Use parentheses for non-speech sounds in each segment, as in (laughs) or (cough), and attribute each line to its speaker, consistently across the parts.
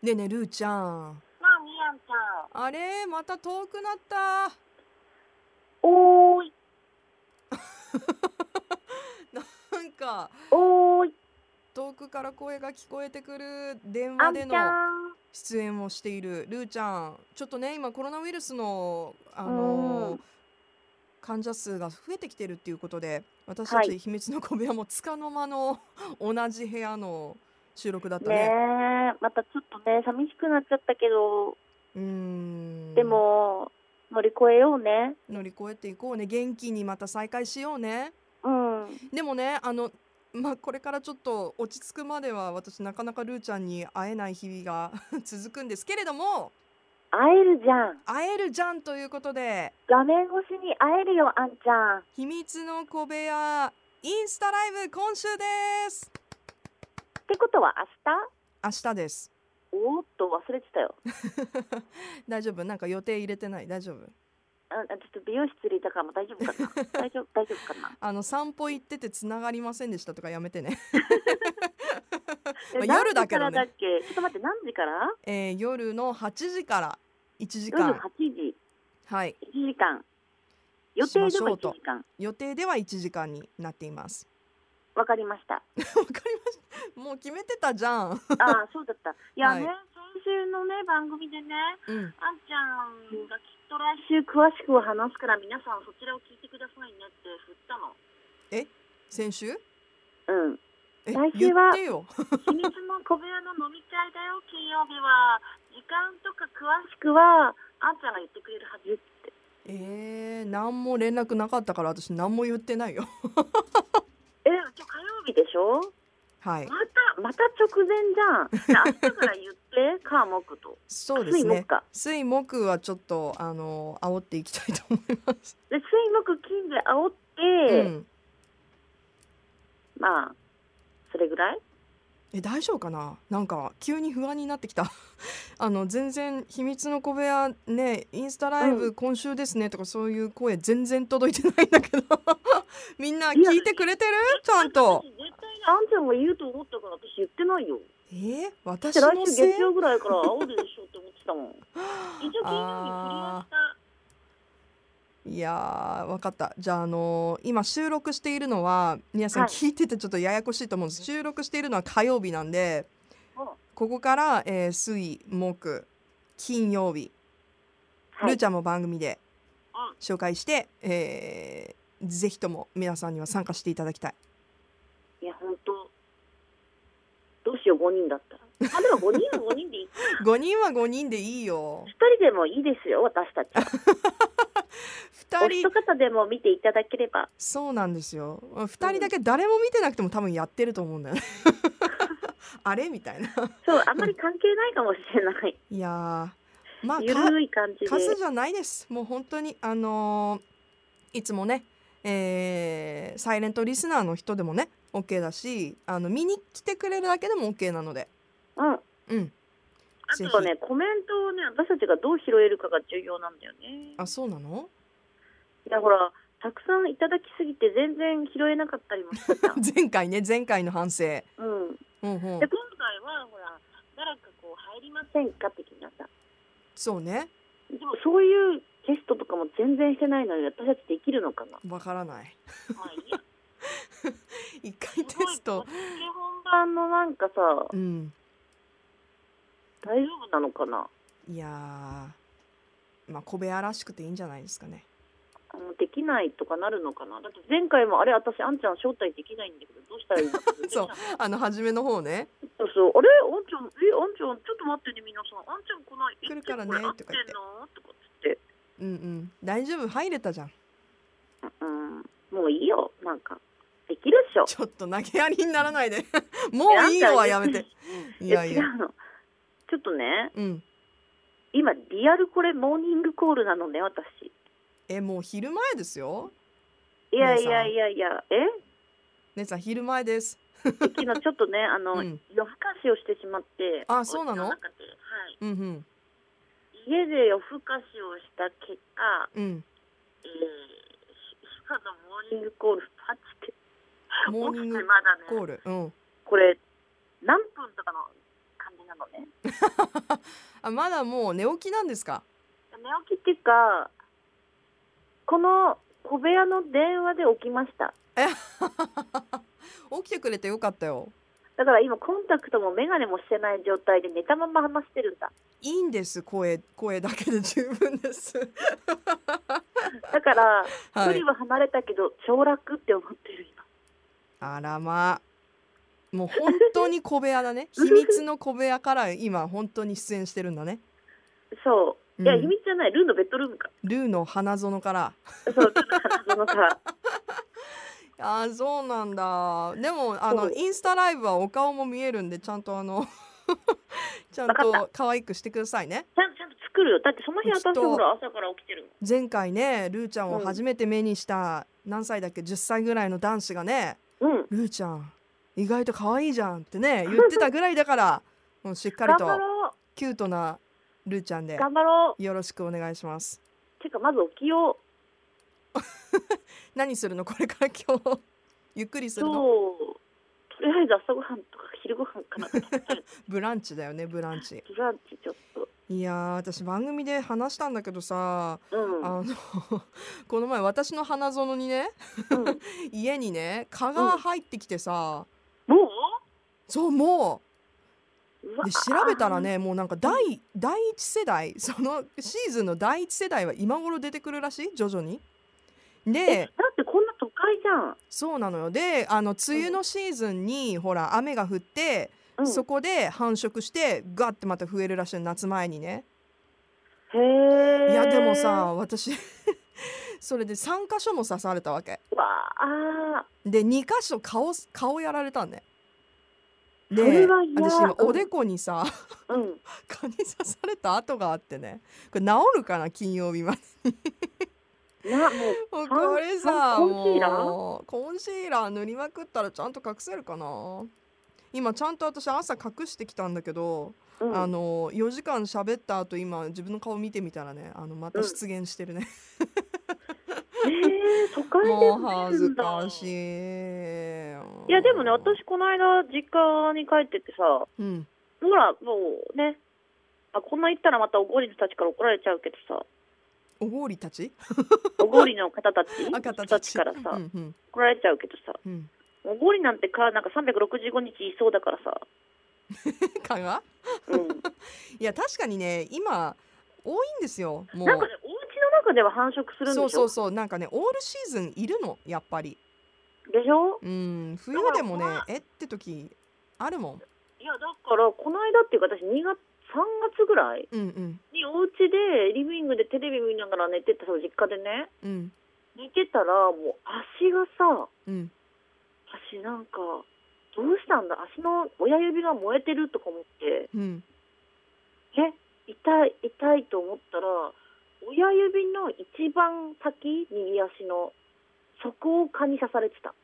Speaker 1: ねえねえルーちゃん
Speaker 2: なあ、みやんちゃん。
Speaker 1: あれまた遠くなった (laughs)
Speaker 2: おーい、
Speaker 1: なんか
Speaker 2: おーい、
Speaker 1: 遠くから声が聞こえてくる電
Speaker 2: あ
Speaker 1: 話
Speaker 2: んち
Speaker 1: で
Speaker 2: ゃん
Speaker 1: の。出演をしているルーちゃんちょっとね今コロナウイルスのあのー
Speaker 2: うん
Speaker 1: 患者数が増えてきてるっていうことで私た
Speaker 2: はい
Speaker 1: ち秘密の小部屋もつかの間の (laughs) 同じ部屋の収録だったね。
Speaker 2: ねえ、またちょっとね、寂しくなっちゃったけど、
Speaker 1: うーん
Speaker 2: でも、乗り越えようね。
Speaker 1: 乗り越えていこうね元気にまた再会しようね。
Speaker 2: うん。
Speaker 1: でもねあのまあこれからちょっと落ち着くまでは私なかなかルーちゃんに会えない日々が (laughs) 続くんですけれども
Speaker 2: 会えるじゃん。
Speaker 1: 会えるじゃんということで
Speaker 2: 画面越しに会えるよ、あんちゃん。
Speaker 1: 秘密の小部屋インスタライブ今週です
Speaker 2: ってことは
Speaker 1: 明日です (laughs)
Speaker 2: 明日おーっと、忘れてたよ。
Speaker 1: 大丈夫なんか予定入れてない大丈夫
Speaker 2: あちょっと美容室にいたからもう大丈夫か
Speaker 1: (laughs)
Speaker 2: な大丈夫、大丈夫かな
Speaker 1: あの散歩行っててつながりませんでしたとかやめてね、 (laughs)
Speaker 2: え
Speaker 1: まあ夜だけどね
Speaker 2: 何時からだっけちょっと待って、何時から
Speaker 1: えー夜の8時から1時
Speaker 2: 夜
Speaker 1: 間
Speaker 2: 8時、
Speaker 1: はい
Speaker 2: 1時間。予定
Speaker 1: し
Speaker 2: で
Speaker 1: ましょ
Speaker 2: も
Speaker 1: うと
Speaker 2: 1時間。
Speaker 1: 予定では1時間になっています (laughs)
Speaker 2: わかりました。
Speaker 1: わかりましたもう決めてたじゃん、
Speaker 2: あ (laughs) あ、そうだった。いやね、
Speaker 1: はい
Speaker 2: 先週のね、番組でね、
Speaker 1: うん、
Speaker 2: あんちゃんがきっと来週詳しく話すから、皆さんそちらを聞いてくださいねって振ったの。
Speaker 1: 先週
Speaker 2: うん。
Speaker 1: え
Speaker 2: 来週は
Speaker 1: 言ってよ
Speaker 2: 秘密の小部屋の飲み会だ (laughs) よ、金曜日は。時間とか詳しくは、あんちゃんが言ってくれるはずって。
Speaker 1: えー、何も連絡なかったから私何も言ってないよ (laughs)
Speaker 2: え、今日火曜日でしょ
Speaker 1: はい
Speaker 2: また、また直前じゃん。じゃあ明日から言 (laughs) って、か、木と。
Speaker 1: そうです
Speaker 2: 水
Speaker 1: ね
Speaker 2: 木か。
Speaker 1: 水木はちょっとあの煽っていきたいと思います。
Speaker 2: で、水木金で煽
Speaker 1: う
Speaker 2: って、
Speaker 1: ん、
Speaker 2: まあ、それぐらい
Speaker 1: え大丈夫かな？なんか急に不安になってきた。 (laughs) あの全然秘密の小部屋ねインスタライ
Speaker 2: う
Speaker 1: ブ今週ですねとかそういう声全然届いてないんだけど (laughs) みんな聞いてくれてるちゃんと
Speaker 2: 私。絶対にあんちゃんが言うと思ったから私言ってないよ。
Speaker 1: えー、私
Speaker 2: 来
Speaker 1: の
Speaker 2: 週
Speaker 1: せい
Speaker 2: 月曜ぐらいから煽るでしょって思ってたもん。一
Speaker 1: あ
Speaker 2: 応金曜日振りまし
Speaker 1: ーいやーわかったじゃあ、あのー今収録しているのは皆さん
Speaker 2: はい
Speaker 1: 聞いててちょっとややこしいと思うんです、収録しているのは火曜日なんで、
Speaker 2: うん
Speaker 1: ここから、えー水木金曜日、
Speaker 2: た。は
Speaker 1: ル
Speaker 2: い
Speaker 1: ーち。ゃんも番組で
Speaker 2: うん
Speaker 1: 紹介して、えーぜひとも皆さんには参加していただきたい
Speaker 2: いや本当。どうしよう五人だったら。あでも五人は五人でいい。
Speaker 1: 5人は5人でいいよ
Speaker 2: 一人でもいいですよ私たち。
Speaker 1: 2
Speaker 2: お一
Speaker 1: 人
Speaker 2: 方でも見ていただければ。
Speaker 1: そうなんですよ2人だけ誰も見てなくても多分やってると思うんだよね (laughs) あれみたいな
Speaker 2: そうあんまり関係ないかもしれない。
Speaker 1: いやーまあ
Speaker 2: ゆ
Speaker 1: か
Speaker 2: るい感じで。
Speaker 1: 数じゃないですもう本当にあのーいつもね、えーサイレントリスナーの人でもね OK だしあの見に来てくれるだけでも OK なので
Speaker 2: うん。あ
Speaker 1: うん
Speaker 2: とはねコメントをね私たちがどう拾えるかが重要なんだよね。
Speaker 1: あそうなの
Speaker 2: いやほらたくさんいただきすぎて全然拾えなかったりもした (laughs) じゃん。
Speaker 1: 前回ね前回の反省
Speaker 2: う
Speaker 1: う
Speaker 2: ん。
Speaker 1: んうん
Speaker 2: で今回はほら長くこう入りませんかって気になった
Speaker 1: そうね
Speaker 2: でもそういうテストとかも全然してないのに私たちできるのかな
Speaker 1: わからない
Speaker 2: まあい (laughs) いや
Speaker 1: 一回テスト
Speaker 2: すごいこの本番のなんかさ
Speaker 1: うん
Speaker 2: 大丈夫なのかない
Speaker 1: やーまあ小部屋らしくていいんじゃないですかね
Speaker 2: あのできないとかなるのかなだって前回もあれ私あんちゃん招待できないんだけどどうしたらいいのか
Speaker 1: そうあの初めの方ね
Speaker 2: そうそうあれあんちゃんえあんちゃんちょっと待ってね皆さんあんちゃん来ない
Speaker 1: 来るからね
Speaker 2: えこれ合ってん
Speaker 1: と
Speaker 2: のとかっつって
Speaker 1: うんうん大丈夫入れたじゃん
Speaker 2: うんもういいよなんかできるっしょ
Speaker 1: ちょっと投げやりにならないでもういいよはやめ
Speaker 2: (laughs)
Speaker 1: てい
Speaker 2: い
Speaker 1: や
Speaker 2: や
Speaker 1: い
Speaker 2: 違
Speaker 1: や
Speaker 2: うのちょっとね
Speaker 1: うん
Speaker 2: 今リアルこれモーニングコールなのね私
Speaker 1: えもう昼前ですよ
Speaker 2: いやいやいやいやえ (laughs)
Speaker 1: 姉さん昼前です
Speaker 2: 昨日ちょっとねあの、
Speaker 1: うん
Speaker 2: 夜更かしをしてしまって
Speaker 1: あそうなの
Speaker 2: お家中ではい
Speaker 1: うんうん
Speaker 2: 家で夜更かしをした結果
Speaker 1: うん
Speaker 2: えー、今のモーニングコールパチって
Speaker 1: モーニング
Speaker 2: 起きてまだ
Speaker 1: コー
Speaker 2: ね
Speaker 1: ルうん
Speaker 2: これ何分とかの感じになのね
Speaker 1: あまだもう寝起きなんですか (laughs)
Speaker 2: 寝起きっていうかこの小部屋の電話で起きました
Speaker 1: え起きてくれてよかったよ
Speaker 2: だから今コンタクトも眼鏡もしてない状態で寝たまま話してるんだ
Speaker 1: いいんです声声だけで十分です
Speaker 2: (laughs) だから
Speaker 1: は
Speaker 2: 距
Speaker 1: い
Speaker 2: 離は離れたけど凋落って思ってる今
Speaker 1: あらまあもう本当に小部屋だ
Speaker 2: (laughs)
Speaker 1: ね秘密の小部屋から今本当に出演してるんだね、
Speaker 2: そううい
Speaker 1: ん
Speaker 2: や秘密じゃないルーのベッドルームか
Speaker 1: ルーの花園から
Speaker 2: そうちょっと
Speaker 1: (laughs)
Speaker 2: 話のさ
Speaker 1: あーそうなんだでもあの
Speaker 2: そう
Speaker 1: インスタライブはお顔も見えるんでちゃんとあ
Speaker 2: (laughs)
Speaker 1: のちゃん
Speaker 2: わか
Speaker 1: と可愛くしてくださいね
Speaker 2: ちゃんちゃんと作るよだってその
Speaker 1: ち
Speaker 2: 日
Speaker 1: ょっ
Speaker 2: 私
Speaker 1: と
Speaker 2: ほら朝から起きてるの
Speaker 1: 前回ねルーちゃんを
Speaker 2: うん
Speaker 1: 初めて目にした、何歳だっけ10歳ぐらいの男子がね
Speaker 2: うん
Speaker 1: 「ルーちゃん意外と可愛いじゃん」って
Speaker 2: (laughs)
Speaker 1: ね言ってたぐらいだからもうしっかり
Speaker 2: 頑
Speaker 1: と
Speaker 2: 張ろ
Speaker 1: キュートなルーちゃん
Speaker 2: う
Speaker 1: で
Speaker 2: 頑張ろ
Speaker 1: よろしくお願いします
Speaker 2: うてかまず起きよう
Speaker 1: 何するのこ (laughs) れから今日ゆっくりするの
Speaker 2: そうとりあえず朝ごはんとか昼ごはんかなと
Speaker 1: ブランチだよねブランチ
Speaker 2: ブランチちょっと
Speaker 1: いやー私番組で話したんだけどさ
Speaker 2: うん
Speaker 1: あの (laughs) この前私の花園にね
Speaker 2: うん
Speaker 1: 家にね蚊が入ってきてさ、
Speaker 2: も
Speaker 1: そうも
Speaker 2: うう
Speaker 1: う
Speaker 2: わ
Speaker 1: で調べたらねもうなんか第,、第一世代そのシーズンの第一世代は今頃出てくるらしい徐々に。
Speaker 2: え
Speaker 1: で
Speaker 2: だってこんな都会じゃん、
Speaker 1: そうなのよであの梅雨のシーズンに、ほら雨が降って、
Speaker 2: うん、
Speaker 1: そこで繁殖してガッてまた増えるらしいの夏前にね。
Speaker 2: へえ
Speaker 1: いやでもさ私 (laughs) それで3箇所も刺されたわけ。
Speaker 2: わあ
Speaker 1: で2箇所顔す顔やられたんね
Speaker 2: それ
Speaker 1: で
Speaker 2: は嫌
Speaker 1: 私今
Speaker 2: うん
Speaker 1: おでこにさ、 (laughs)
Speaker 2: うん
Speaker 1: 蚊に刺された跡があってねこれ治るかな金曜日まで
Speaker 2: なもう
Speaker 1: もう
Speaker 2: コン
Speaker 1: これさ
Speaker 2: コンコンシーラー
Speaker 1: もうコンシーラー塗りまくったらちゃんと隠せるかな今ちゃんと私朝隠してきたんだけど、
Speaker 2: うん、
Speaker 1: あの4時間喋った後今自分の顔見てみたらねあのまた出現してるね、
Speaker 2: えー、都会で
Speaker 1: もう
Speaker 2: 増え
Speaker 1: 恥
Speaker 2: る
Speaker 1: ず
Speaker 2: んだ
Speaker 1: かしい
Speaker 2: いやでもね私この間実家に帰っててさほ
Speaker 1: うん
Speaker 2: らもうねあこんな言ったらまたおごりの人たちから怒られちゃうけど
Speaker 1: (laughs)
Speaker 2: さ
Speaker 1: おごりたち
Speaker 2: おごりの方たち
Speaker 1: あ方
Speaker 2: 人
Speaker 1: た
Speaker 2: た
Speaker 1: ち
Speaker 2: ちからさ、
Speaker 1: うんうん
Speaker 2: 怒られちゃうけどさ
Speaker 1: うん (laughs)
Speaker 2: おごりなんてかなんか365日いそうだからさ、
Speaker 1: 蚊が (laughs)
Speaker 2: うん、
Speaker 1: いや確かにね今多いんですよも
Speaker 2: なんかね
Speaker 1: う
Speaker 2: お家の中では繁殖するんでし
Speaker 1: そ
Speaker 2: ょ
Speaker 1: うそうそうなんかねオールシーズンいるのやっぱり
Speaker 2: でしょ
Speaker 1: うん冬でもね
Speaker 2: だから
Speaker 1: えって時あるもん
Speaker 2: いやだからこの間っていうか私2月3月ぐらい
Speaker 1: うんうん
Speaker 2: にお家でリビングでテレビ見ながら寝てたそう実家でね
Speaker 1: うん
Speaker 2: 寝てたらもう足がさ
Speaker 1: うん
Speaker 2: 足なんかどうしたんだ足の親指が燃えてるとか思って
Speaker 1: うん
Speaker 2: え痛い痛いと思ったら親指の一番先右足のそこを蚊に刺されてた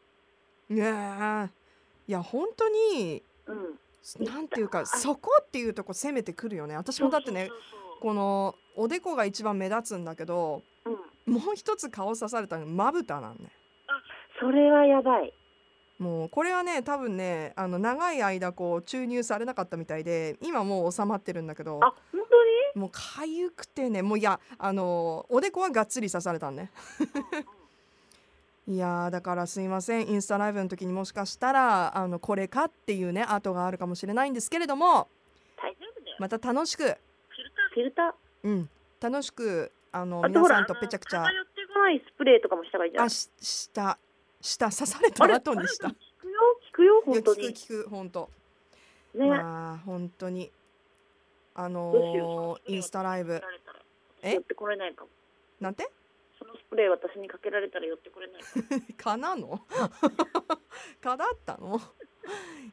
Speaker 1: ねえいや本当に
Speaker 2: うん
Speaker 1: なんていうか
Speaker 2: 痛い
Speaker 1: そこっていうとこ攻めてくるよね私もだってね
Speaker 2: そうそう
Speaker 1: このおでこが一番目立つんだけど
Speaker 2: そううん
Speaker 1: もう一つ顔刺されたのまぶたなんね
Speaker 2: それはやばい
Speaker 1: もうこれはね多分ねあの長い間こう注入されなかったみたいで今もう収まってるんだけど
Speaker 2: あ本当に
Speaker 1: もう痒くてねもういやあのおでこはがっつり刺されたんね (laughs) いやーだからすいませんインスタライブの時にもしかしたらあのこれかっていうね跡があるかもしれないんですけれども
Speaker 2: 大丈夫だよ
Speaker 1: また楽しく
Speaker 2: フィルターフィルター
Speaker 1: うん楽しくあの
Speaker 2: あと
Speaker 1: 皆
Speaker 2: ほら
Speaker 1: さんとぺちゃくちゃ
Speaker 2: あの偏ってこないスプレーとかもした方がいいんじゃ
Speaker 1: あ
Speaker 2: ない
Speaker 1: ししたした刺された後にした
Speaker 2: あれ聞くよ
Speaker 1: いや
Speaker 2: 聞くよ本当に
Speaker 1: 聞く聞く本当
Speaker 2: ね、
Speaker 1: まあ本当にあ
Speaker 2: どうしよ
Speaker 1: の
Speaker 2: う
Speaker 1: ーインスタライブ
Speaker 2: かけられたら
Speaker 1: え
Speaker 2: 寄ってこれないかも
Speaker 1: なんて
Speaker 2: そのスプレー私にかけられたら寄ってこれないかも
Speaker 1: 蚊なの (laughs) 蚊だったの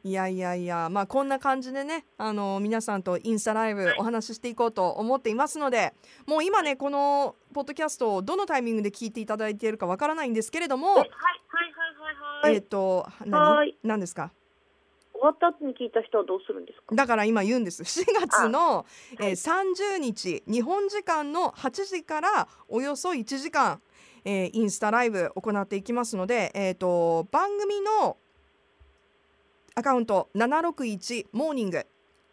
Speaker 1: いやいやいやまあこんな感じでねあのー皆さんとインスタライブ
Speaker 2: はい
Speaker 1: お話ししていこうと思っていますのでもう今ねこのポッドキャストをどのタイミングで聞いていただいているかわからないんですけれど
Speaker 2: はい
Speaker 1: も、
Speaker 2: はいはいはいはい、
Speaker 1: えっ、と
Speaker 2: はー
Speaker 1: 何
Speaker 2: い
Speaker 1: 何ですか
Speaker 2: 終わった後に聞いた人はどうするんですか
Speaker 1: だから今言うんです4月の、
Speaker 2: あは
Speaker 1: えー
Speaker 2: い
Speaker 1: 30日日本時間の8時からおよそ1時間、えーインスタライブ行っていきますので、えー、と番組のアカウント761モーニング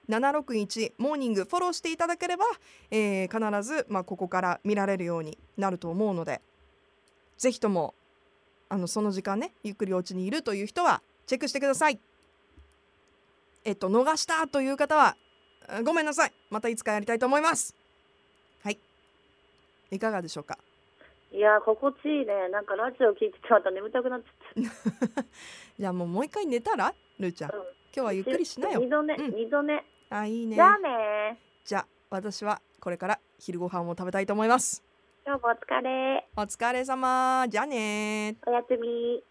Speaker 1: 761モーニングフォローしていただければ、えー必ず、まあ、ここから見られるようになると思うのでぜひともあのその時間ねゆっくりお家にいるという人はチェックしてください。えっと逃したという方はあごめんなさいまたいつかやりたいと思います。はいいかがでしょうか
Speaker 2: いやー心地いいねなんかラジオ聞いててまた眠たくなっちゃっ
Speaker 1: じゃあもうもう一回寝たらルーちゃん
Speaker 2: た、
Speaker 1: 今
Speaker 2: うん
Speaker 1: 日はゆっくりしなよ
Speaker 2: 二度寝、
Speaker 1: うん
Speaker 2: 二度寝
Speaker 1: あいいね
Speaker 2: じゃあね
Speaker 1: じゃあ私はこれから昼ご飯を食べたいと思います
Speaker 2: 今日もお疲れ
Speaker 1: お疲れ様じゃあね
Speaker 2: おやすみ